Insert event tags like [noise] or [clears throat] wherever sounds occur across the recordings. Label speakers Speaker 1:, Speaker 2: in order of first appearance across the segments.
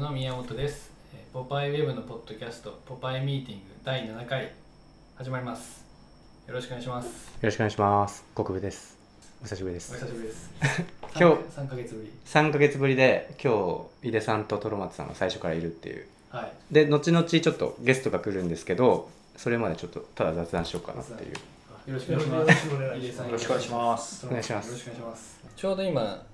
Speaker 1: の宮本ですえーポパイウェブのポッドキャストポパイミーティング第7回始まりますよろしくお願いします
Speaker 2: よろしくお願いします。国部です。お久しぶりで
Speaker 1: お
Speaker 2: す
Speaker 1: 久。しぶりです
Speaker 2: 今日
Speaker 1: 3ヶ月ぶり
Speaker 2: 3ヶ月ぶりで、今日、井出さんとトロマツさんが最初からいるっていう。
Speaker 1: はい
Speaker 2: で、後々ちょっとゲストが来るんですけど、それまでちょっとただ雑談しようかなっていう。
Speaker 1: よろしくお願いします入江さん
Speaker 3: よろしくお願いします。
Speaker 2: お願いします
Speaker 1: よろしくお願いしますちょうど今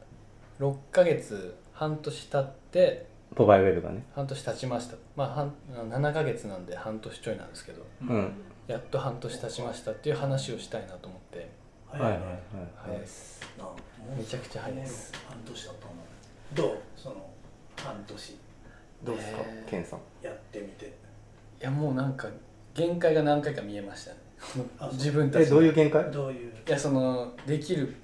Speaker 1: 6ヶ月半年経って
Speaker 2: ポバイウェブがね。
Speaker 1: 半年経ちましたまあ半7ヶ月なんで半年ちょいなんですけど
Speaker 3: う
Speaker 2: うん。
Speaker 1: やっと半年経ちましたっていう話をしたいなと思って
Speaker 2: は
Speaker 3: はいい
Speaker 2: は
Speaker 3: はいい
Speaker 2: は
Speaker 3: はいい。
Speaker 1: 早いです
Speaker 3: なもう
Speaker 1: めちゃくちゃ早いです。
Speaker 3: 半年だったの。どうその半年
Speaker 2: どうですか、
Speaker 1: えー
Speaker 2: ケンさん。
Speaker 3: やってみて。
Speaker 1: いやもうなんか限界が何回か見えましたね
Speaker 3: あそう
Speaker 1: 自分たち
Speaker 2: え、
Speaker 1: の
Speaker 2: どういう限界
Speaker 3: どういう
Speaker 1: いやそのできる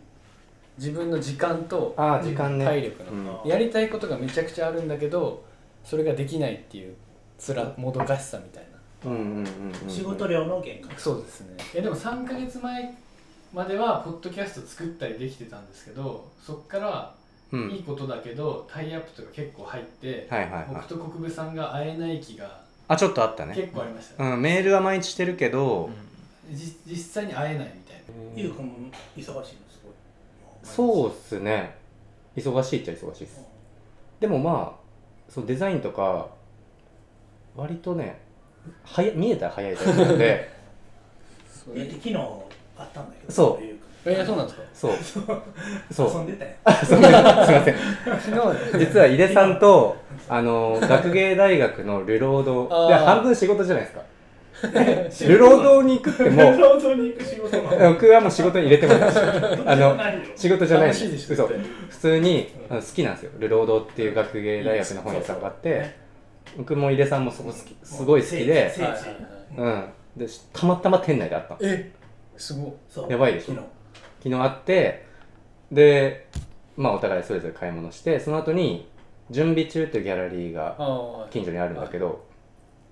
Speaker 1: 自分の時間と
Speaker 2: ああ、時間ね。
Speaker 1: 体力の、
Speaker 2: うん
Speaker 3: あ
Speaker 1: やりたいことがめちゃくちゃあるんだけどそれができないっていうつらもどかしさみたいな
Speaker 2: うんうんうんうん。
Speaker 3: 仕事量の限界。
Speaker 1: そうですねえでも3ヶ月前まではポッドキャスト作ったりできてたんですけどそっから
Speaker 2: う
Speaker 1: いい
Speaker 2: ん。
Speaker 1: ことだけど、タイアップとか結構入って、
Speaker 2: はいはいは
Speaker 1: 僕
Speaker 2: い。
Speaker 1: と国分さんが会えない気が
Speaker 2: あ、ちょっとあった
Speaker 1: 結
Speaker 2: ね。
Speaker 1: 構ありました、
Speaker 2: うん、メールは毎日してるけど、
Speaker 1: じ実際に会えないみたいな
Speaker 3: ゆうくんも忙しいのすごい。
Speaker 2: そうっすね。忙しいっちゃ忙しいっす。でもまあそのデザインとか割とねはや見えたら早いタイプな
Speaker 1: [laughs]
Speaker 2: んで
Speaker 1: そ
Speaker 3: うん。いや昨日あったんだけど。
Speaker 2: そう
Speaker 3: ゆうくん。
Speaker 1: えーそうなんですか
Speaker 2: そう [laughs] そう
Speaker 3: 遊んでたよ。
Speaker 2: すみません
Speaker 1: 昨日
Speaker 2: 実は井出さんとあの学芸大学のルロー
Speaker 1: あー
Speaker 2: ドで半分仕事じゃないですか [laughs] ルロードに行くって
Speaker 3: [laughs]
Speaker 2: も
Speaker 1: [laughs]
Speaker 2: う
Speaker 3: 労働に行く仕事なの。
Speaker 2: 僕はもう仕事に入れてもらいまし
Speaker 1: [laughs]
Speaker 2: たあの
Speaker 3: ないよ
Speaker 2: 仕事じゃない
Speaker 1: 楽しいでしょ
Speaker 2: 嘘
Speaker 1: 絶
Speaker 2: 普通に
Speaker 3: うん
Speaker 2: あの好きなんですよルロードっていう学芸大学の本屋さんがあっ
Speaker 3: そうそう
Speaker 2: て
Speaker 3: ね
Speaker 2: 僕も井出さんもそこ好きすごい好きで
Speaker 3: 聖地聖地
Speaker 1: はいはいはい
Speaker 2: うんでしたまたま店内で会ったの
Speaker 1: えすごい
Speaker 3: そう
Speaker 2: やばいでしょ
Speaker 3: 昨日
Speaker 2: 昨日会ってでまあお互いそれぞれ買い物してその後に準備中というギャラリーが
Speaker 1: あ
Speaker 2: 近所にあるんだけど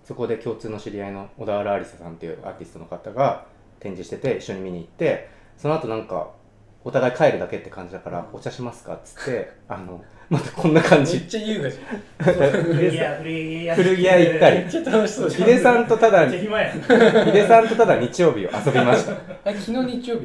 Speaker 2: そこで共通の知り合いの小田原ありささんっていうアーティストの方が展示してて一緒に見に行ってその後なんかお互い帰るだけって感じだから「お茶しますか?」っつってあのまたこんな感
Speaker 1: め
Speaker 2: じ
Speaker 1: っちゃ優雅じゃん
Speaker 3: 古
Speaker 2: ヒ
Speaker 3: 着
Speaker 2: デ
Speaker 3: 屋古着屋
Speaker 2: 古着屋行ったり
Speaker 1: めっちゃ楽しそうじゃん
Speaker 2: さんとただ
Speaker 3: めっちゃ
Speaker 2: ヒ
Speaker 3: 暇やん [laughs]
Speaker 2: デさんとただ日曜日を遊びました
Speaker 1: あ昨日日曜日だっ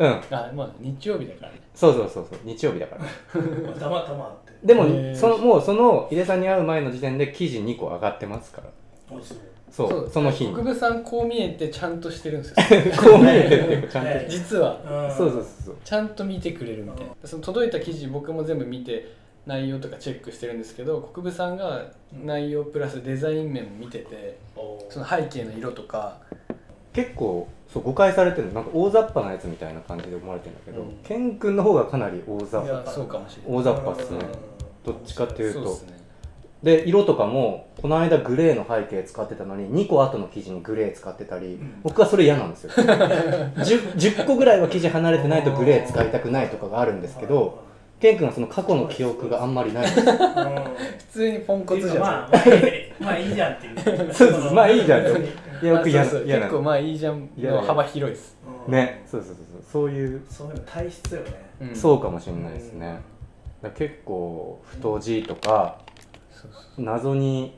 Speaker 2: うん
Speaker 1: けあまあ日曜日だからね
Speaker 2: そうそうそうそう日曜日だから
Speaker 3: たまたまあって
Speaker 2: でも、
Speaker 1: へー
Speaker 2: そのもうその井出さんに会う前の時点で記事2個上がってますから
Speaker 3: もうすぐ
Speaker 2: そうその日に
Speaker 1: 国
Speaker 2: こ
Speaker 1: 分さんこう見えてちゃんとして
Speaker 2: [laughs]
Speaker 1: るんですよ
Speaker 2: う見えてるっていうかちゃんと、
Speaker 1: [laughs]
Speaker 3: ね
Speaker 1: 実は
Speaker 3: うん
Speaker 2: そうそうそうそう
Speaker 1: ちゃんと見てくれるみたいなその届いた記事僕も全部見て内容とかチェックしてるんですけど国分さんが内容プラスデザイン面も見ててその背景の色とか
Speaker 2: 結構そう誤解されてるのなんか大雑把なやつみたいな感じで思われてるんだけど、
Speaker 1: うん
Speaker 2: ケン君の方がかなり大雑
Speaker 1: い
Speaker 2: 把
Speaker 1: やそうかもしれない
Speaker 2: 大雑把っすね
Speaker 3: うん
Speaker 2: どっちかっていう
Speaker 1: そう
Speaker 2: と
Speaker 1: ですね
Speaker 2: で色とかもこの間グレーの背景使ってたのに2個後の記事にグレー使ってたり、
Speaker 3: ん
Speaker 2: 僕はそれ嫌なんで
Speaker 1: [laughs]
Speaker 2: すよ 10, 10個ぐらいは記事離れてないとグレー使いたくないとかがあるんですけどケン君はその過去の記憶があんまり
Speaker 1: [laughs]
Speaker 2: ないんです
Speaker 3: うん
Speaker 1: 普通にポンコツじゃん
Speaker 3: まあまあええまあいいじゃんってい
Speaker 2: [laughs]
Speaker 3: う
Speaker 2: そうそうそうまあいいじゃんっていや
Speaker 1: あ
Speaker 2: よく嫌
Speaker 1: そう
Speaker 2: な
Speaker 1: そう
Speaker 2: 嫌
Speaker 1: 結
Speaker 2: な
Speaker 1: 構まあいいじゃんの幅広いです、
Speaker 3: うん
Speaker 2: ねそうそうそうそうそういう、
Speaker 3: そういうの体質よね
Speaker 1: うん
Speaker 2: そうかもしれないですね、だから結構太字とか
Speaker 1: そうそう
Speaker 2: 謎に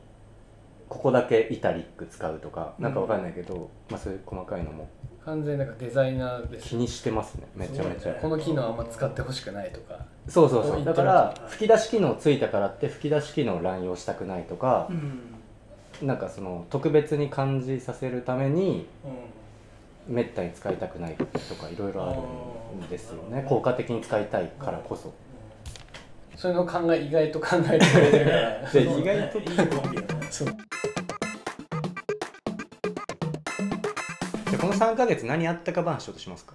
Speaker 2: ここだけイタリック使うとかなんかわかんないけど、まあそういう細かいのも
Speaker 1: 完全になんかデザイナーです
Speaker 2: 気にしてますねめちゃめち
Speaker 3: そう
Speaker 2: ゃ
Speaker 3: だね
Speaker 1: この機能あんま使ってほしくないとか
Speaker 2: そうそうそう
Speaker 1: こう言って
Speaker 2: だ
Speaker 1: る
Speaker 2: から
Speaker 3: はい
Speaker 2: 吹き出し機能ついたからって吹き出し機能を乱用したくないとか
Speaker 3: う、ん
Speaker 2: なんかその特別に感じさせるために
Speaker 3: うん
Speaker 2: めったに使いたくないとかいろいろあるんですよね
Speaker 3: あー
Speaker 2: 効果的に使いたいからこそ
Speaker 1: そういうのを考え意外と考えてくれてるから
Speaker 2: [laughs] で意外と
Speaker 3: いいコンビだね
Speaker 1: そう
Speaker 2: じゃあこの3ヶ月何あったか話しようとしますか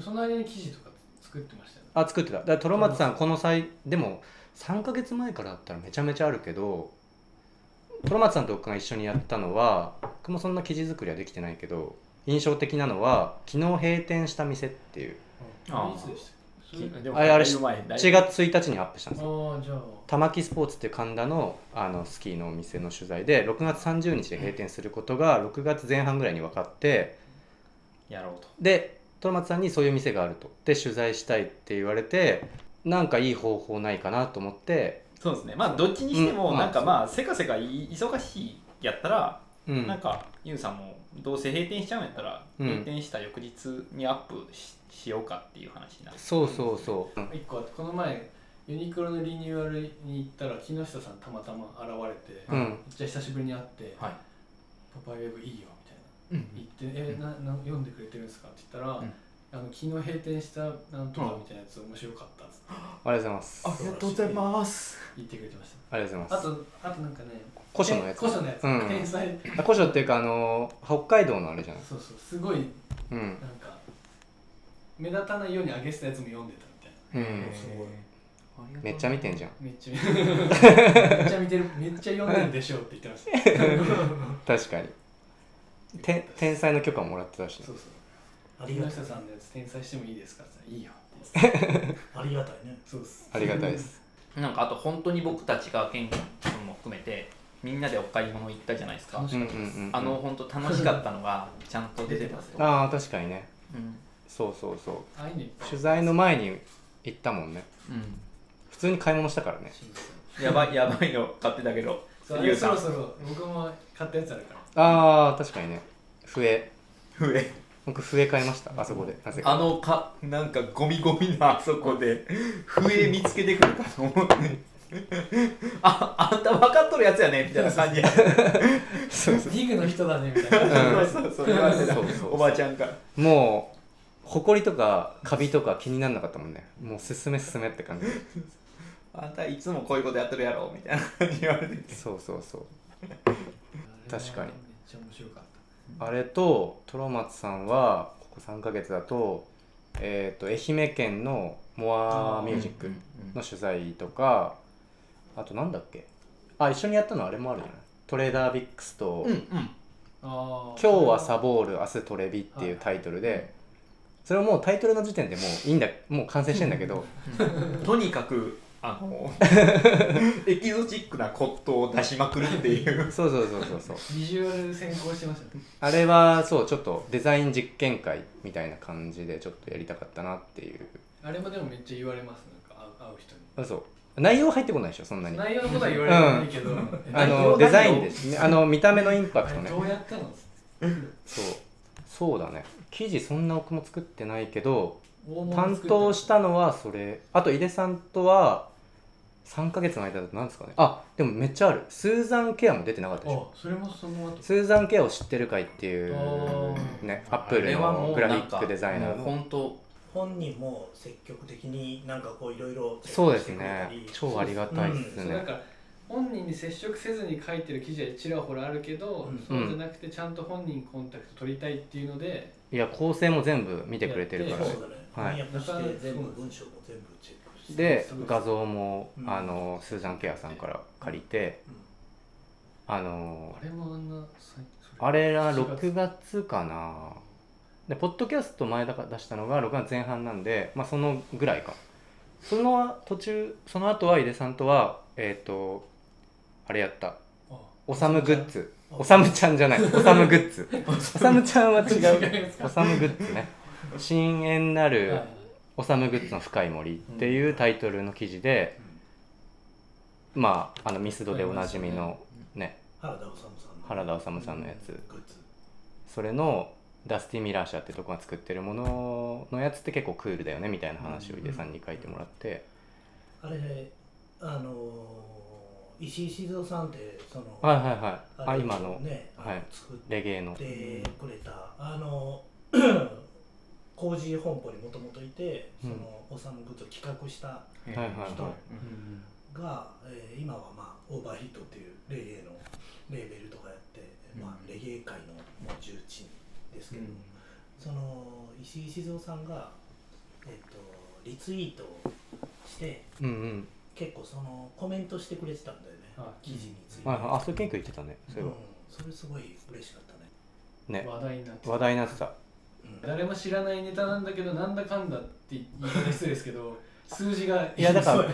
Speaker 1: その間に記事とか作ってましたよね
Speaker 2: あ作ってただからトロマツさんこの際でも3ヶ月前からだったらめちゃめちゃあるけどトロマツさんと僕が一緒にやったのは僕もそんな記事作りはできてないけど印象的なのは昨日閉店した店っていう
Speaker 1: いつでしたっけそれ
Speaker 2: あれあれ4
Speaker 4: 4
Speaker 2: 月1日にアップしたんですよ
Speaker 1: ああじゃあ
Speaker 2: 玉木スポーツっていう神田のあのスキーのお店の取材で6月30日で閉店することが6月前半ぐらいに分かって
Speaker 4: やろうと
Speaker 2: でトロマツさんにそういう店があるとで取材したいって言われてなんかいい方法ないかなと思って
Speaker 4: そうですねまあどっちにして
Speaker 2: う
Speaker 4: も
Speaker 2: ん
Speaker 4: なんか
Speaker 2: まあ
Speaker 4: まあせかせかい忙しいやったら
Speaker 2: うん
Speaker 4: なんかユウさんもどうせ閉店しちゃうんやったら
Speaker 2: うん
Speaker 4: 閉店した翌日にアップししようかっていう話になる
Speaker 2: そうそうそう
Speaker 1: 一個あってこの前ユニクロのリニューアルに行ったら木下さんたまたま現れて、
Speaker 2: う
Speaker 1: めっ
Speaker 2: ん
Speaker 1: ちゃ久しぶりに会って「
Speaker 4: はい
Speaker 1: パパイウェブいいよ」みたいな
Speaker 4: うん
Speaker 1: 言って「えなな読んでくれてるんですか?」って言ったら「
Speaker 4: うん
Speaker 1: あの昨日閉店したなんとかみたいなやつ面白かった」っつって
Speaker 2: ありがとうございます
Speaker 3: ありがとうござい
Speaker 4: ます
Speaker 1: 言ってくれてました
Speaker 2: ありがとうござ
Speaker 1: あ
Speaker 2: います
Speaker 1: とあとなんかね
Speaker 2: 古書のやつ
Speaker 1: 古書のやつ、
Speaker 2: うん
Speaker 1: 天才
Speaker 2: あ古書っていうかあの北海道のあれじゃない
Speaker 1: そうそうすごい
Speaker 2: うん
Speaker 1: なんか目立たないように上げてたやつも読んでたみたいな
Speaker 2: うん
Speaker 3: すごい
Speaker 2: めっちゃ見てんじゃん
Speaker 1: めっちゃ [laughs] めっちゃ見てるめっちゃ読んでるでしょうって言ってました
Speaker 2: 確かにて天才の許可もらってたしね
Speaker 1: そうそう
Speaker 3: あり
Speaker 1: 木
Speaker 3: が
Speaker 1: 下
Speaker 3: たい
Speaker 1: さんのやつ転載してもいいですかって言ったらいいよって言って
Speaker 3: ありがたいね
Speaker 1: そうっす
Speaker 2: ありがたいです
Speaker 4: なんかあと本当に僕たちがケン君も含めてみんなでお買い物行ったじゃないですか
Speaker 1: 楽しかった
Speaker 2: うん
Speaker 1: で
Speaker 2: うん
Speaker 1: す、
Speaker 2: うん
Speaker 4: あの本当楽しかったのがちゃんと出てますよ、
Speaker 2: ああ確かにね
Speaker 4: うん
Speaker 2: そうそうそう
Speaker 1: ああいうのいっぱい
Speaker 2: 取材の前に行ったもんね
Speaker 4: う
Speaker 2: 普通に買い物したからね
Speaker 1: 新鮮
Speaker 4: ん、やばいやばいの買ってたけど
Speaker 1: そうあ
Speaker 4: ゆ
Speaker 1: れ
Speaker 4: う
Speaker 1: そ
Speaker 4: さん
Speaker 1: ろそろ僕も買ったやつあるから
Speaker 2: ああ確かにね笛
Speaker 4: 上
Speaker 2: 僕笛買いましたあそこでなぜ
Speaker 4: あ
Speaker 2: か
Speaker 4: のかなんかゴミゴミのあそこで笛見つけてくるかと
Speaker 2: [laughs]
Speaker 4: 思ってああんた分かっとるやつやねみたいな感じや
Speaker 2: そうそ
Speaker 1: ディグの人だねみたいな
Speaker 2: うん
Speaker 4: そうそう言われてた
Speaker 2: そうそう
Speaker 4: おばあちゃんから
Speaker 2: うもうほこりとかカビとか気にならなかったもんねもう進め進めって
Speaker 4: [laughs]
Speaker 2: 感じ
Speaker 4: あんたいつもこういうことやってるやろみたいな感じ言われてて
Speaker 2: そうそうそう確か
Speaker 1: め
Speaker 2: に
Speaker 1: っちゃ面白かっ
Speaker 2: あれとトロマツさんはここ3ヶ月だと,、えー、と愛媛県のモアミュージックの取材とかあとなんだっけあ一緒にやったのあれもあるじゃないトレーダービックスと「
Speaker 4: うんうん
Speaker 1: たあ
Speaker 2: 今日はサボール明日トレビ」っていうタイトルでそれはもうタイトルの時点でもういいんだもう完成してんだ
Speaker 1: [laughs]
Speaker 2: けど
Speaker 4: とにかくあ
Speaker 2: [laughs]
Speaker 4: のエキゾチックな骨董を出しまくるっていう
Speaker 2: そうそうそうそうそう
Speaker 1: ビジュアル先行してましたね
Speaker 2: あれはそうちょっとデザイン実験会みたいな感じでちょっとやりたかったなっていう
Speaker 1: あれもでもめっちゃ言われますなんか会う会う人に
Speaker 2: あそう内容入ってこないでしょそんなに
Speaker 1: 内容のことは言われないけど、
Speaker 2: あ
Speaker 1: 内
Speaker 2: の
Speaker 1: 容
Speaker 2: デザイン
Speaker 1: 内容
Speaker 2: ですねあの見た目のインパクト
Speaker 1: あれ
Speaker 2: ね
Speaker 1: どうやったの
Speaker 2: そうそうだね記事そんな奥も作ってないけど
Speaker 1: 大物
Speaker 2: 担
Speaker 1: 作ったの
Speaker 2: 当したのはそれあと井出さんとは3ヶ月の間だと何ですかねあでもめっちゃあるスーザン・ケアも出てなかったでし
Speaker 1: あ
Speaker 2: ょ
Speaker 1: それもその後
Speaker 2: スーザン・ケアを知ってる会っていう
Speaker 1: あ
Speaker 2: ねアップルのグラフィックデザイナーの
Speaker 4: 本当
Speaker 3: 本人も積極的になんかこういろいろ
Speaker 2: そうですね超ありがたいです
Speaker 1: そう
Speaker 2: ね、
Speaker 1: なんか本人に接触せずに書いてる記事はちらほらあるけど、
Speaker 3: うん
Speaker 1: そうじゃなくてちゃんと本人コンタクト取りたいっていうので、
Speaker 2: いや構成も全部見てくれてる
Speaker 3: そ
Speaker 2: か
Speaker 3: う
Speaker 2: ら
Speaker 1: やっ
Speaker 3: だね、
Speaker 2: はい
Speaker 3: 翻訳して全部文章も全部チェックして
Speaker 2: で
Speaker 1: そうです
Speaker 2: 画像も、
Speaker 3: うん
Speaker 2: あのスーザン・ケアさんから借りて、あの
Speaker 1: あれもあんな最
Speaker 2: あれが
Speaker 1: 7月
Speaker 2: 6月かなでポッドキャスト前だから出したのが6月前半なんで、まあ、そのぐらいかその途中その後は井出さんとはえっ、とあれやった [laughs]
Speaker 1: あ
Speaker 2: おさむグッズ
Speaker 3: あ
Speaker 2: おさむちゃんじゃないおさむグッズ
Speaker 1: お
Speaker 2: おさむちゃんは違
Speaker 1: 違いうますか
Speaker 2: おさむグッズね深淵な
Speaker 1: はい
Speaker 2: る
Speaker 1: はい
Speaker 2: おさむグッズの深い森っていうタイトルの記事で、まああのミスドでおなじみのね
Speaker 3: 原田治さんの
Speaker 2: 原田修さんのやつ
Speaker 3: グッズ
Speaker 2: それのダスティ・ミラー社ってとこが作ってるもののやつって結構クールだよねみたいな話を井出さんに書いてもらって、
Speaker 3: あれあのー石井静雄さんってその、
Speaker 2: はいはいはいあ
Speaker 3: れ
Speaker 2: 今の
Speaker 3: ね、あ
Speaker 2: はい
Speaker 3: 作っ
Speaker 2: レゲエの
Speaker 3: てくれた
Speaker 2: [clears throat]
Speaker 3: あの工事本舗にもともといてそのおさむグッズを企画した
Speaker 2: はいはいはい
Speaker 3: 人
Speaker 1: うん
Speaker 3: が、えー今はまあオーバーヒットっていうレゲエのレーベルとかやって、ま
Speaker 4: う
Speaker 3: あ、
Speaker 4: ん
Speaker 3: レゲエ界のもう重鎮ですけ
Speaker 1: う
Speaker 3: ど、
Speaker 1: ん
Speaker 3: その石井静雄さんが、えっとリツイートをして
Speaker 2: うんうん
Speaker 3: 結構そのコメントしてくれてたんだよね
Speaker 1: あ
Speaker 3: 記事について、
Speaker 2: はいはいあそれケン君言ってたねそうれ
Speaker 3: ん
Speaker 2: は、
Speaker 3: それすごい嬉しかったね、
Speaker 2: ね
Speaker 1: 話題になって
Speaker 2: 話題になってた
Speaker 3: うん
Speaker 1: 誰も知らないネタなんだけどなんだかんだって言い方失礼ですけ
Speaker 2: [laughs]
Speaker 1: ど数字が
Speaker 2: いやだか
Speaker 1: そ
Speaker 2: ら
Speaker 1: う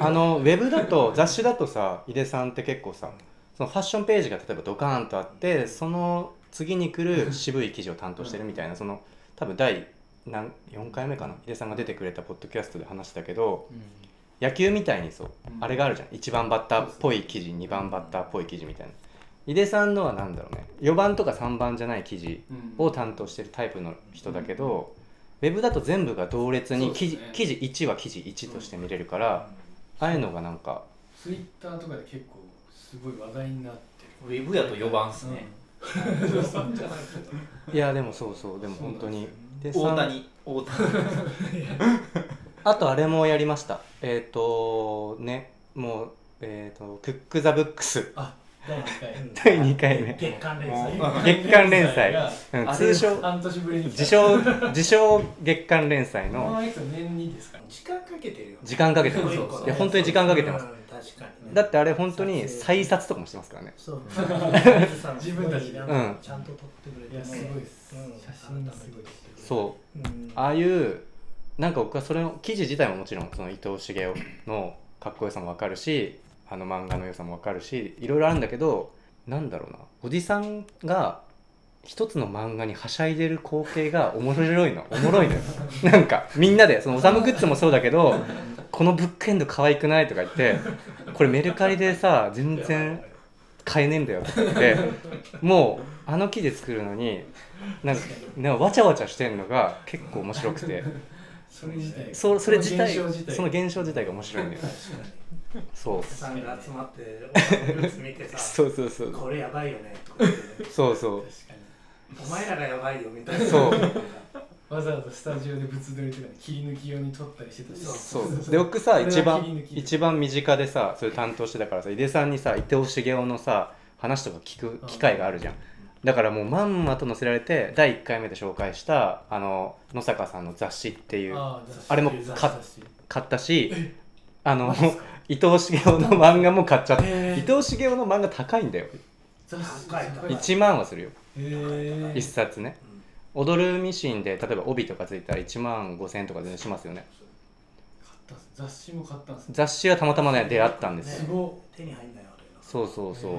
Speaker 2: あのウェブだ [laughs] と雑誌だとさ井出さんって結構さそのファッションページが例えばドカーンとあってその次に来 [laughs] る渋い記事を担当してるみたいなその多分第何4回目かな井出さんが出てくれたポッドキャストで話したけど野球みたいにそう、
Speaker 1: うん
Speaker 2: あれがあるじゃん1番バッターっぽい記事2番バッターっぽい記事みたいな井出さんのは何だろうね4番とか3番じゃない記事を担当してるタイプの人だけど、ウェブだと全部が同列に記事,、
Speaker 1: そうですね
Speaker 2: 記事1は記事1として見れるから、ああいうのがなんか
Speaker 1: ツイッターとかで結構すごい話題になって
Speaker 4: ウェブやと4番っす
Speaker 1: る、
Speaker 4: ね、
Speaker 3: そんじゃない
Speaker 2: いやでもそうそうでも本当にでさん
Speaker 4: 大谷大谷
Speaker 2: あとあれもやりましたえっ、とねもうえっ、と「クック・ザ・ブックス
Speaker 1: あ第2回
Speaker 2: 第2回目
Speaker 3: 月刊連載
Speaker 4: も
Speaker 2: 月刊連載
Speaker 1: が」
Speaker 2: うん
Speaker 4: あれ
Speaker 2: 通称
Speaker 1: 半年ぶりに来た
Speaker 2: 自称自称月刊連載
Speaker 1: こ
Speaker 2: の
Speaker 1: のやつ年にですから
Speaker 3: 時間かけてるよ
Speaker 2: 時間かけてま
Speaker 1: そう
Speaker 2: す
Speaker 1: そうそう
Speaker 2: いや本当に時間かけてます
Speaker 3: うん確かにね
Speaker 2: だってあれ本当に再撮とかもしてますからね
Speaker 1: [laughs]
Speaker 3: そう
Speaker 1: 自分たちで
Speaker 2: うん
Speaker 3: ちゃんと撮ってくれて
Speaker 1: い
Speaker 3: ね
Speaker 1: やすごいっす
Speaker 3: うん
Speaker 1: 写真がすごい
Speaker 2: そううんああいうなんか僕はそれの記事自体ももちろんその伊藤茂雄のかっこよさもわかるしあの漫画の良さもわかるしいろいろあるんだけどなんだろうなおじさんが一つの漫画にはしゃいでる光景が面白いのおもろいのよなんかみんなでそのオサムグッズもそうだけどこのブックエンド可愛くないとか言ってこれメルカリでさ全然買えねえんだよとか言ってもうあの記事作るのになんかなんかわちゃわちゃしてんのが結構面白くて
Speaker 1: それ自体
Speaker 2: そそれ自体
Speaker 1: その現象自体
Speaker 2: その現象自体が面白いんだよね
Speaker 3: 確かに
Speaker 2: そう
Speaker 3: お客さんが集まってお酒のグッズ見て
Speaker 2: [laughs]
Speaker 3: さ
Speaker 2: そうそうそう
Speaker 3: これやばいよねとか言ってね
Speaker 2: そうそう
Speaker 1: 確かに
Speaker 3: お前らがやばいよみたいな
Speaker 2: そう
Speaker 1: わざわざスタジオで物撮りとかで切り抜き用に撮ったりしてたし
Speaker 3: そう
Speaker 2: そうで僕さ
Speaker 1: それは
Speaker 2: 一
Speaker 1: 切り
Speaker 2: 番
Speaker 1: 抜きで
Speaker 2: 一番身近でさそれ担当してたからさ井出さんにさ伊藤茂雄のさ話とか聞く機会があるじゃんだからもうまんまと載せられて第1回目で紹介したあの野坂さんの雑誌っていう
Speaker 1: あー雑誌
Speaker 2: あれも
Speaker 1: 雑誌
Speaker 2: 買っ
Speaker 1: 雑誌
Speaker 2: 買ったしあの
Speaker 1: マジっすか
Speaker 2: 伊藤茂雄の漫画も買っちゃった
Speaker 1: へー
Speaker 2: 伊藤茂雄の漫画高いんだよ
Speaker 1: 雑誌
Speaker 3: 高い高い
Speaker 1: へ
Speaker 2: 1万はするよ
Speaker 1: え
Speaker 2: 1冊ね踊るミシンで例えば帯とかついたら1万5000円とか全然しますよね
Speaker 1: 買ったんす雑誌も買ったんすね
Speaker 2: 雑誌はたまたまね出会ったんですよ
Speaker 1: すご
Speaker 3: 手に入んないよあれな
Speaker 2: そうそうそう
Speaker 1: へ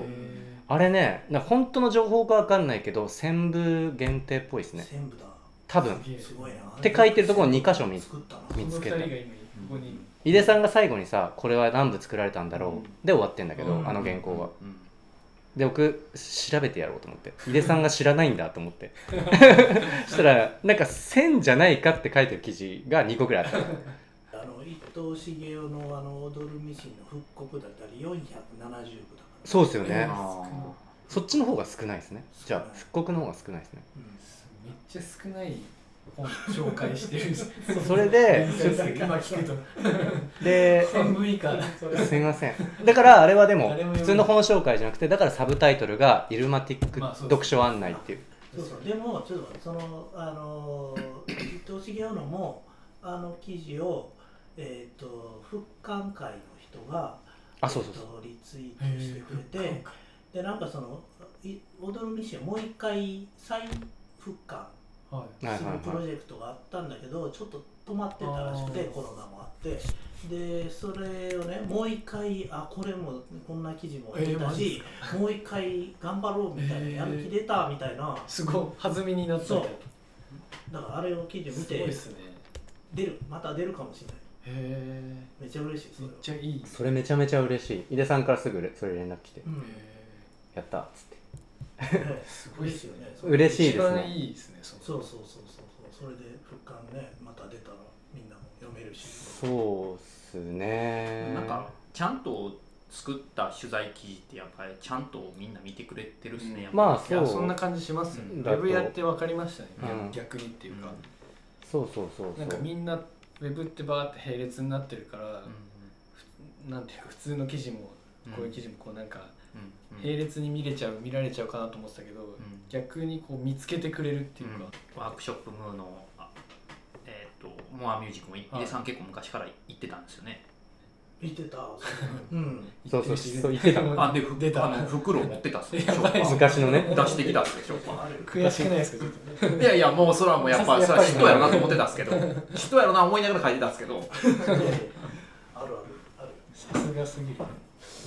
Speaker 2: あれねなんか本当の情報か分かんないけど1000部限定っぽいですね
Speaker 3: 全部だ
Speaker 2: 多分
Speaker 1: すげえ
Speaker 3: すごいな
Speaker 2: って書いてるところ2箇所見
Speaker 3: 作ったな
Speaker 1: ー
Speaker 2: 見つけた
Speaker 1: この二人が今ここに
Speaker 2: 井出さんが最後にさこれは何部作られたんだろう、
Speaker 1: うん
Speaker 2: で終わってんだけど、
Speaker 1: うん
Speaker 2: あの原稿は
Speaker 4: うん
Speaker 2: で僕調べてやろうと思って井出さんが知らないんだと思って
Speaker 1: [laughs]
Speaker 2: そしたらなんか1000じゃないかって書いてる記事が2個ぐらいあった
Speaker 3: あの伊藤茂雄のあの踊るミシンの復刻だったり470部だから
Speaker 2: そうですよね、
Speaker 1: あ
Speaker 4: あ
Speaker 2: そっちの方が少ないですねじゃあ復刻の方が少ないですね
Speaker 3: うん
Speaker 1: めっちゃ少ない本紹介してる
Speaker 2: [laughs] そ
Speaker 1: [laughs]
Speaker 2: れで
Speaker 1: 今聞くと
Speaker 2: で
Speaker 1: 半分以下
Speaker 2: すみませんだからあれはでも
Speaker 1: 誰も読めない
Speaker 2: 普通の本紹介じゃなくてだからサブタイトルが「イルマティック
Speaker 1: まあそうです
Speaker 2: 読書案内」っていう,、
Speaker 3: そうそうでもちょっとそのあのー伊藤茂雄のもあの記事をえっ、と復刊会の人が
Speaker 2: あそうそうそう
Speaker 3: えーとリツイートしてくれてでなんかそのい踊るミシンをもう一回再復刊
Speaker 1: は
Speaker 2: はい
Speaker 3: するプ
Speaker 2: はい
Speaker 3: ロ
Speaker 2: はい
Speaker 3: ジェクトがあったんだけどちょっと止まってたらしくて
Speaker 1: あー
Speaker 3: コロナもあってでそれをねもう一回あこれもこんな記事も出
Speaker 1: えー
Speaker 3: た
Speaker 1: マジ
Speaker 3: し、もう一回頑張ろうみたいな、
Speaker 1: えー
Speaker 3: やる気出たみたいない
Speaker 1: すごい弾みになったみたいな
Speaker 3: だからあれを記事を見
Speaker 1: すごい
Speaker 3: て
Speaker 1: っすね
Speaker 3: 出るまた出るかもしれない
Speaker 1: へえ
Speaker 3: めっちゃ嬉しいそ
Speaker 1: め
Speaker 3: れ
Speaker 1: っ
Speaker 3: は
Speaker 1: ちゃいい
Speaker 2: それめちゃめちゃ嬉しい井出さんからすぐそれ連絡来て
Speaker 3: う
Speaker 1: へ
Speaker 3: ん
Speaker 1: え
Speaker 2: 「やった」っつって
Speaker 3: ね
Speaker 1: す
Speaker 3: ごいっすよね
Speaker 2: 嬉しいで
Speaker 1: 一
Speaker 2: すね
Speaker 1: 番いいですね。そ
Speaker 3: そう
Speaker 1: の
Speaker 3: そうそうそうそうそれで復刊ねまた出たらみんなも読めるし
Speaker 2: そうっすね
Speaker 4: なんかちゃんと作った取材記事ってやっぱりちゃんとみんな見てくれてるっすね、やっぱ
Speaker 2: まあ
Speaker 1: い
Speaker 2: そ
Speaker 1: や
Speaker 2: う
Speaker 1: そんな感じしますよね。ウ
Speaker 2: だと
Speaker 1: ェブやって分かりましたね。
Speaker 2: うん
Speaker 1: 逆にっていうか、
Speaker 2: そうそうそうそ
Speaker 1: なんか
Speaker 2: う
Speaker 1: みんなウェブってバーって並列になってるから、なんていうか普通の記事もこういう記事もこうなんか
Speaker 4: うんうん
Speaker 1: 並列に見れちゃう見られちゃうかなと思ってたけど、
Speaker 4: ん
Speaker 1: 逆にこう見つけてくれるっていうか、
Speaker 4: うんワークショップムーのあえっ、とモアミュージックもい
Speaker 1: はい
Speaker 4: 井出さん結構昔から行ってたんですよね、
Speaker 3: 見てたそううん
Speaker 2: そうそう
Speaker 1: 言ってるし
Speaker 2: そう言ってたもん
Speaker 4: あでふ
Speaker 1: 出た
Speaker 4: あの袋を持ってたっすでしょ
Speaker 1: やばいっす
Speaker 2: 昔のね
Speaker 4: 出してきたっすでしょ
Speaker 3: あれ
Speaker 1: [laughs] 悔しくないですかちょっと
Speaker 4: いやいやもうそれはもうやっぱそれは嫉妬やろなと思ってたっすけど嫉妬やろな思いながら書いてたっすけど
Speaker 3: [laughs] あるあるある
Speaker 1: さすがすぎる
Speaker 2: い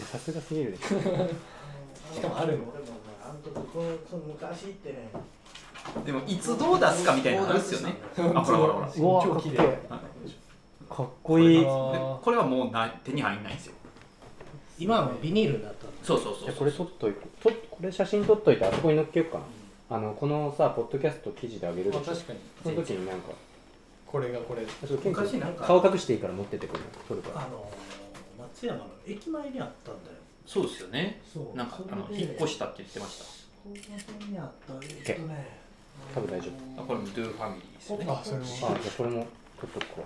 Speaker 2: やさすがすぎるでしょ
Speaker 1: しかもあるの
Speaker 3: 俺もなあの時このその昔ってね
Speaker 4: [laughs] でもいつどう出すかみたいなのあるっすよねあほらほら
Speaker 2: う
Speaker 4: ほら
Speaker 2: わ
Speaker 1: 超綺麗
Speaker 2: かかっこいい
Speaker 1: あ
Speaker 2: こ
Speaker 4: で
Speaker 1: ー
Speaker 4: これはもうな手に入んないんですよ
Speaker 3: 今はもうビニールになったんです
Speaker 4: そうそうそう
Speaker 2: れこれ撮っといてとこれ写真撮っといてあそこに載っけようかなあのこのさポッドキャスト記事であげるで
Speaker 1: まあ
Speaker 2: しょ
Speaker 1: 確かに
Speaker 2: その時になんか
Speaker 1: これがこれ
Speaker 2: ちょっとケン君
Speaker 3: 昔なんか
Speaker 2: 顔隠していいから持ってってくる撮るから
Speaker 3: あの松山の駅前にあったんだよ
Speaker 4: そうですよね
Speaker 3: そう
Speaker 4: なんかあの引っ越したって言ってました
Speaker 3: ここにあったえっとね
Speaker 2: 多分大丈
Speaker 4: あこれもドゥファミリーですよね
Speaker 1: あそれも
Speaker 2: あじゃあこれも撮っとこう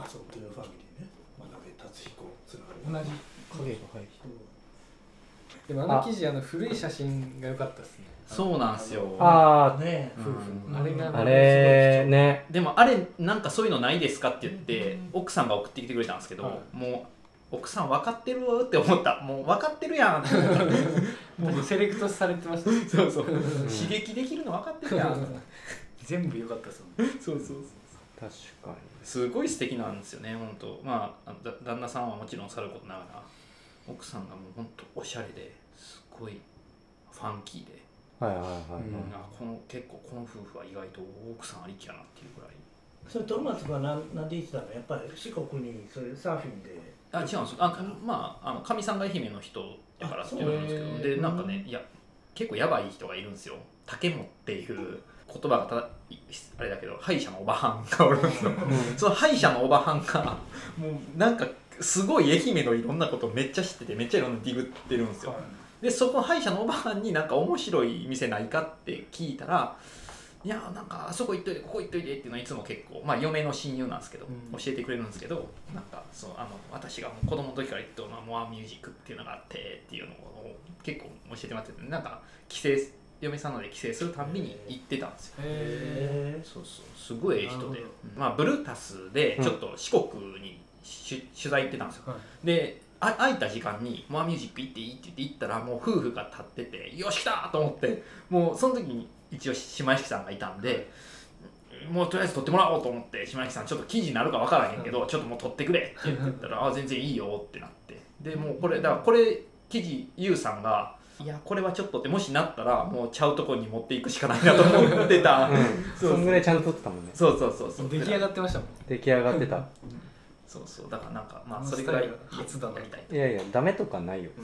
Speaker 3: あそうというファミリーね真鍋達彦つながり同じ
Speaker 1: でもあの記事あの古い写真が良かったですね
Speaker 4: そうなんですよ
Speaker 2: あ
Speaker 3: 影ね
Speaker 1: 夫婦
Speaker 4: うん
Speaker 1: のあれが
Speaker 2: ああれね
Speaker 4: でもあれなんかそういうのないですかって言って奥さんが送ってきてくれたんですけど、
Speaker 1: は
Speaker 4: もう奥さん分かってるって思ったもう分かってるやんって思った
Speaker 1: もうセレクトされてました
Speaker 4: [laughs] そうそう刺激できるの分かって
Speaker 1: [laughs]
Speaker 4: るやん
Speaker 1: 全部良かったですもん
Speaker 4: [laughs] そうそうそう
Speaker 2: 確か
Speaker 4: すごい素敵なんですよね本当まあだ旦那さんはもちろんさることながら奥さんがもう本当おしゃれですごいファンキーで、
Speaker 2: にはいはいはい、はい
Speaker 1: うん
Speaker 4: あこの結構この夫婦は意外と奥さんありきやなっていうぐらい
Speaker 3: それトロマツがなんなんで言ってたのやっぱり四国にそれサーフィンで
Speaker 4: あ違うんですあまああのかみさんが愛媛の人だからっていうのなんです
Speaker 1: あそう
Speaker 4: け
Speaker 1: へ
Speaker 4: ど
Speaker 1: ー
Speaker 4: でなんかねいや結構やばい人がいるんですよ竹本っていう言葉がただいあれだけど歯医者のおばはんがおるんで
Speaker 1: [laughs]
Speaker 4: すよその歯医者のおばはんがもうなんかすごい愛媛のいろんなことをめっちゃ知っててめっちゃいろんなディグってるんですよでそこの歯医者のおばはんになんか面白い店ないかって聞いたら「いやなんかあそこ行っといてここ行っといて」っていうのはいつも結構まあ嫁の親友なんですけど、
Speaker 1: うん
Speaker 4: 教えてくれるんですけどなんかそうあの私がもう子供の時から言ってたのはモアミュージックっていうのがあってっていうのを結構教えてもらっててなんか帰省嫁さんので帰省するたんびに行ってたんですよ
Speaker 1: へ
Speaker 4: そうそうすごいええ
Speaker 1: な
Speaker 4: 人で
Speaker 1: るほ、
Speaker 4: まあ、ブルータスでちょっと四国にし取材行ってたんですよ
Speaker 1: ーはい
Speaker 4: であ空いた時間に「モアミュージック行っていい?」って言って行ったらもう夫婦が立ってて「よし来た!」と思ってもうその時に一応島引さんがいたんで。もうとりあえず撮ってもらおうと思って島引さんちょっと記事になるかわからへんけどちょっともう撮ってくれって言ったら「あ全然いいよ」ってなってでもうこれだからこれ記事ゆうさんが「いやこれはちょっと」ってもしなったらもうちゃうとこに持っていくしかないなと思ってた
Speaker 2: うん、
Speaker 4: そうそう
Speaker 2: そんぐらいちゃんと撮ってたもんね
Speaker 4: そうそうそうそう
Speaker 1: 出来上がってましたもん
Speaker 2: 出来上がってた
Speaker 4: そうそうだからなんかま
Speaker 1: あ
Speaker 4: あ
Speaker 1: の
Speaker 4: それぐらい
Speaker 1: スタイル初だな
Speaker 4: やりたい
Speaker 2: いやいやダメとかないよ
Speaker 1: ん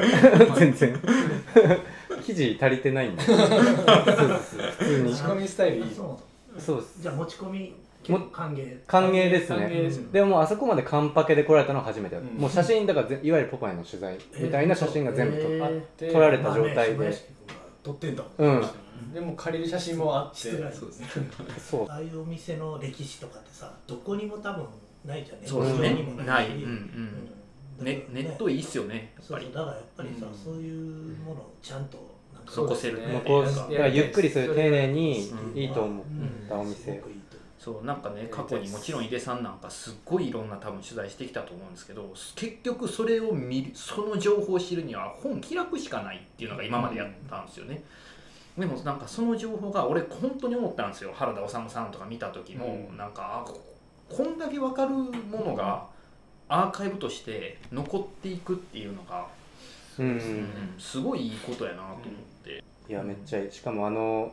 Speaker 2: [laughs] 全然記事足りてないんだよそうです普通に
Speaker 1: 仕込みスタイルいい
Speaker 3: あそう
Speaker 2: そうです
Speaker 3: じゃあ持ち込み結構歓迎
Speaker 2: 歓迎です
Speaker 1: 歓迎
Speaker 2: ね
Speaker 1: ですよ
Speaker 2: でももうあそこまでカンパケで来られたのは初めてだった、
Speaker 1: うん
Speaker 2: もう写真だからぜいわゆるポパイの取材みたいな写真が全部撮っ
Speaker 3: え
Speaker 2: て、
Speaker 3: ー
Speaker 1: で
Speaker 2: 撮られた状態で
Speaker 3: まあね小林君が撮ってんだもん
Speaker 2: うん
Speaker 1: でも借りる写真もあって
Speaker 3: 失礼
Speaker 4: そうですね
Speaker 2: そう
Speaker 3: ああいうお店の歴史とかってさどこにも多分ないじゃね
Speaker 4: そうです
Speaker 3: どこ
Speaker 4: ね
Speaker 3: にも。
Speaker 4: ない。
Speaker 3: し
Speaker 4: うん
Speaker 3: う
Speaker 4: う。
Speaker 3: んん
Speaker 4: ね、ネットいいっすよね。やっ
Speaker 3: そ
Speaker 4: ぱ
Speaker 3: うそ
Speaker 4: り
Speaker 3: う。だからやっぱりさ、
Speaker 4: うん
Speaker 3: そういうものをちゃんとなんか
Speaker 4: 残せる
Speaker 1: そうですね
Speaker 2: 残す
Speaker 1: やりたい
Speaker 2: だからゆっくりする丁寧に
Speaker 4: そう
Speaker 2: いいと思
Speaker 3: うん
Speaker 2: ったお店、
Speaker 3: すごくいいと思
Speaker 4: そう、なんかね、過去にもちろん井出さんなんかすっごいいろんな多分取材してきたと思うんですけど、結局それを見る、その情報を知るには本開くしかないっていうのが今までやったんですよね。でもなんかその情報が俺本当に思ったんですよ原田修さんとか見た時も、
Speaker 1: うん
Speaker 4: なんかあここんだけ分かるものがアーカイブとして残っていくっていうのが、
Speaker 2: うんうん
Speaker 4: うんすごいいいことやなと思って、
Speaker 2: いやめっちゃいいしかもあの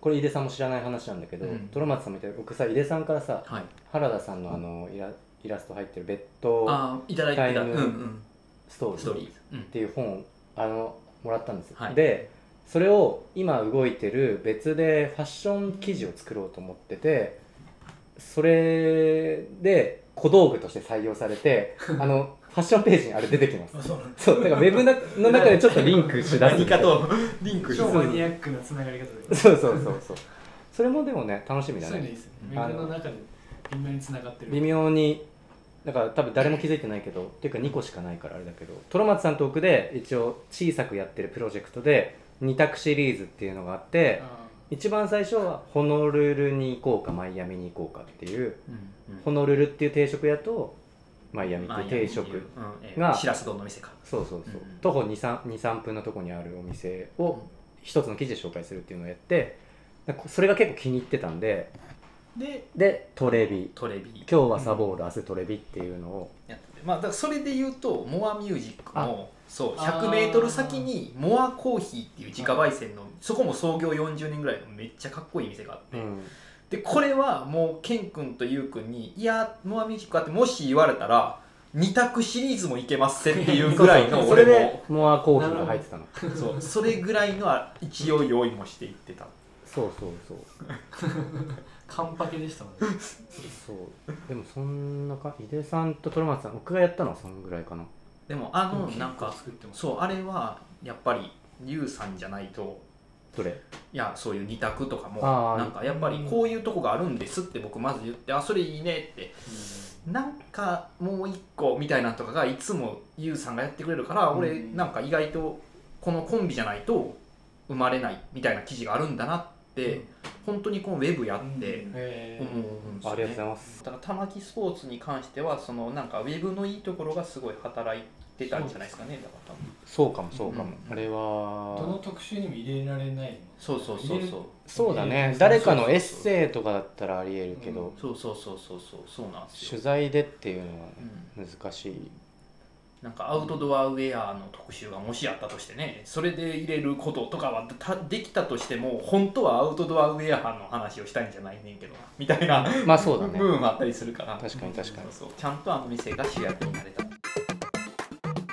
Speaker 2: これ井出さんも知らない話なんだけど、
Speaker 4: うん
Speaker 2: トロマツさんみたいに僕さ井出さんからさ
Speaker 4: はい
Speaker 2: 原田さんのあのイライラスト入ってるベッド
Speaker 4: あーいただいていた、
Speaker 2: タ
Speaker 4: う
Speaker 2: イ
Speaker 4: ん
Speaker 2: ム
Speaker 4: うん、
Speaker 2: ストーリー
Speaker 4: ストーリー、うん
Speaker 2: っ、ていう本をあのもらったんですよ、
Speaker 4: はい
Speaker 2: でそれを今動いてる別でファッション記事を作ろうと思っててそれで小道具として採用され
Speaker 4: [laughs]
Speaker 2: てあのファッションページにあれ出てきます
Speaker 3: うあそうなんだ
Speaker 2: そうだからウェブなの中でちょっとリンクしだす
Speaker 4: 何かとリンク
Speaker 1: 超
Speaker 2: そう
Speaker 1: マニアックなつながり方で
Speaker 2: [laughs] そうそうそうそうそれもでもね楽しみだ
Speaker 1: そういうのいい
Speaker 2: ね
Speaker 1: ですね
Speaker 4: う
Speaker 1: ウ
Speaker 4: ん
Speaker 1: ェブの中で微妙につながってる
Speaker 2: 微妙にだから多分誰も気づいてないけどっていうか2個しかないからあれだけどトロマツさんと奥で一応小さくやってるプロジェクトで2択シリーズっていうのがあって、
Speaker 1: あ
Speaker 2: 一番最初はホノルルに行こうかマイアミに行こうかっていうホ
Speaker 4: の
Speaker 2: ノルルっていう定食屋とマイアミっていう定食が
Speaker 4: しらす丼の店か
Speaker 2: そうそうそう
Speaker 4: うん
Speaker 2: 徒歩23分のとこにあるお店を一つの記事で紹介するっていうのをやってだからそれが結構気に入ってたんで
Speaker 4: で
Speaker 2: でトレビ
Speaker 4: トレビ
Speaker 2: 今日はサボール、明日トレビっていうのを
Speaker 4: やっててまあだからそれで言うとモアミュージックもそう
Speaker 1: あー
Speaker 4: 100m 先にモアコーヒーっていう自家焙煎のそこも創業40年ぐらいのめっちゃかっこいい店があって、
Speaker 2: うん
Speaker 4: でこれはもうケン君とユウ君に「いやモアミュージックあってもし言われたら2択シリーズもいけますせ」っていうぐら
Speaker 2: [laughs]
Speaker 4: いの
Speaker 2: それ
Speaker 4: 俺
Speaker 2: で
Speaker 4: も
Speaker 2: モアコーヒーが入ってたの
Speaker 4: そうそれぐらいの勢い用意もしていってた
Speaker 2: そうそうそう
Speaker 1: 完パケでしたもんね
Speaker 2: そうでもそんなか井出さんとトロマツさん僕がやったのはそんぐらいかな
Speaker 4: でもあ
Speaker 1: でも
Speaker 4: の
Speaker 1: 結構
Speaker 4: なんか
Speaker 1: 作ってます
Speaker 4: そうあれはやっぱりユウさんじゃないと
Speaker 2: どれ
Speaker 4: いやそういう二択とかも
Speaker 2: あー
Speaker 4: なんかやっぱりこういうとこがあるんですって僕まず言って「あそれいいね」ってなんかもう一個みたいなのとかがいつもゆうさんがやってくれるから、
Speaker 1: うん
Speaker 4: 俺なんか意外とこのコンビじゃないと生まれないみたいな記事があるんだなって、
Speaker 1: うん
Speaker 4: 本当にこのウェブやって
Speaker 1: うんへ
Speaker 4: 思うんです
Speaker 2: あり
Speaker 4: よね。
Speaker 2: がとうございます
Speaker 4: だから玉木スポーツに関してはそのなんかウェブのいいところがすごい働いてたんじゃないですかねだから多分
Speaker 2: そうかもそうかも、
Speaker 4: うん
Speaker 2: あれ
Speaker 1: ーどの
Speaker 2: は
Speaker 1: 特集にも入れられないの
Speaker 4: そうそうそうそう
Speaker 2: そうだ
Speaker 1: 入れ
Speaker 2: ね
Speaker 1: る
Speaker 2: 誰かのエッセイとかだったらありえるけ
Speaker 1: う
Speaker 2: ど、
Speaker 1: ん
Speaker 4: そうそうそうそうそうそうなんですよ
Speaker 2: 取、材でっていうのは
Speaker 4: うん、
Speaker 2: 難しい
Speaker 4: なんかアウトドアウェアの特集がもしあったとしてねそれで入れることとかはたできたとしても本当はアウトドアウェアの話をしたいんじゃないねんけどなみたいな
Speaker 2: まあそうだ
Speaker 4: 部
Speaker 2: ね
Speaker 4: 分もあったりするから
Speaker 2: 確かに確かに
Speaker 4: そうそうちゃんとあの店が主役になれた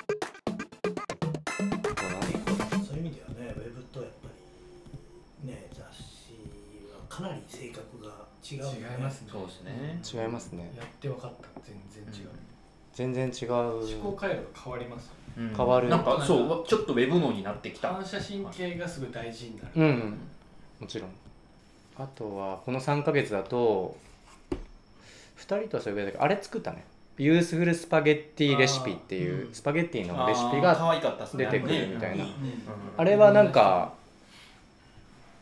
Speaker 2: そうだね
Speaker 3: そういう意味ではねウェブとやっぱりね雑誌はかなり性格が違う、ね、
Speaker 1: 違いますね
Speaker 4: そうですね
Speaker 2: 違いますね
Speaker 1: やって分かった全然違う、
Speaker 2: 全然違う
Speaker 1: 思考回路が変わりますよね
Speaker 4: うん
Speaker 2: 変わる
Speaker 4: なんかそうちょっとウェブのになってきた
Speaker 1: 反射神経がすごい大事になる、
Speaker 2: うん、もちろんあとはこの3ヶ月だと2人とはそれぐらいだけどあれ作ったねユースフルスパゲッティレシピっていう、
Speaker 1: あーうん
Speaker 2: スパゲッティの
Speaker 4: あ
Speaker 2: レ
Speaker 4: ー
Speaker 2: シピ
Speaker 4: 可
Speaker 2: が
Speaker 4: 愛かったっすね
Speaker 2: 出てくるみたいな
Speaker 4: うん
Speaker 2: あれはなんか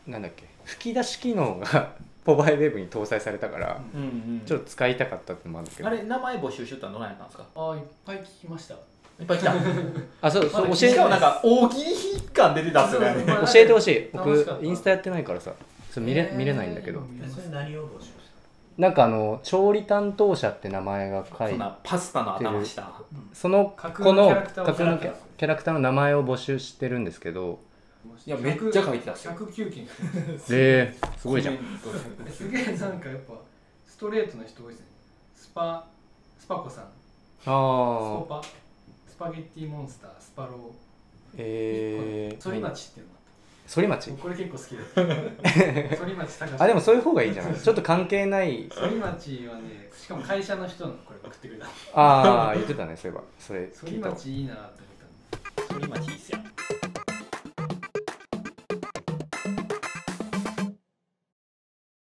Speaker 2: なんだっけ吹き出し機能が [laughs] ポバイウェブに搭載されたから
Speaker 4: うんうん
Speaker 2: ちょっと使いたかったってのもあるんだけど
Speaker 4: あれ名前募集してたのどないやったんですか
Speaker 1: ああいっぱい聞きました
Speaker 4: いっぱい来た
Speaker 2: あそうそう
Speaker 1: まだ
Speaker 2: 教え
Speaker 4: してかもなんか大喜利感出てたっすよね
Speaker 1: まあ
Speaker 2: 教えてほしい
Speaker 1: 楽し
Speaker 2: 僕
Speaker 1: かった
Speaker 2: インスタやってないからさそう見れ,、
Speaker 1: えー
Speaker 2: 見れないんだけど
Speaker 1: 見
Speaker 3: え
Speaker 1: れます
Speaker 3: それ何を募集した
Speaker 2: なんかあの調理担当者って名前が書い
Speaker 4: そん
Speaker 2: て
Speaker 4: なパスタの頭した
Speaker 2: その
Speaker 1: 架空
Speaker 2: 子
Speaker 1: のキ
Speaker 2: の
Speaker 1: ャラクターを
Speaker 2: 架空の
Speaker 1: キ
Speaker 2: キ
Speaker 1: ャラ
Speaker 2: ャ
Speaker 1: クター
Speaker 2: ラクターの名前を募集してるんですけど
Speaker 4: いやめっちゃ書いてたっすよ
Speaker 1: 109件
Speaker 2: えー、すご
Speaker 4: [laughs]
Speaker 2: いじゃん
Speaker 4: コメント
Speaker 1: えすげえなんかやっぱストレートな人多いですねスパスパコさんス
Speaker 2: あ
Speaker 1: コ
Speaker 2: あ
Speaker 1: パスパゲッティモンスタースパロ
Speaker 2: え
Speaker 1: ー
Speaker 2: ー、
Speaker 1: ソリマチっていうのがあっ
Speaker 2: 反
Speaker 1: た
Speaker 2: 町
Speaker 1: 僕これ結構
Speaker 2: [laughs]
Speaker 1: 好きですソリマチ高
Speaker 2: あでもそういう方がいいんじゃないちょっと関係ない
Speaker 1: ソリマチはねしかも会社の人のこれ送ってくれた
Speaker 2: ああ言ってたねそういえばそれ
Speaker 1: ソ
Speaker 2: 聞
Speaker 1: リ
Speaker 2: いた
Speaker 1: マ
Speaker 2: わ
Speaker 1: チいいなって思ったんで
Speaker 4: 反町いいっすやん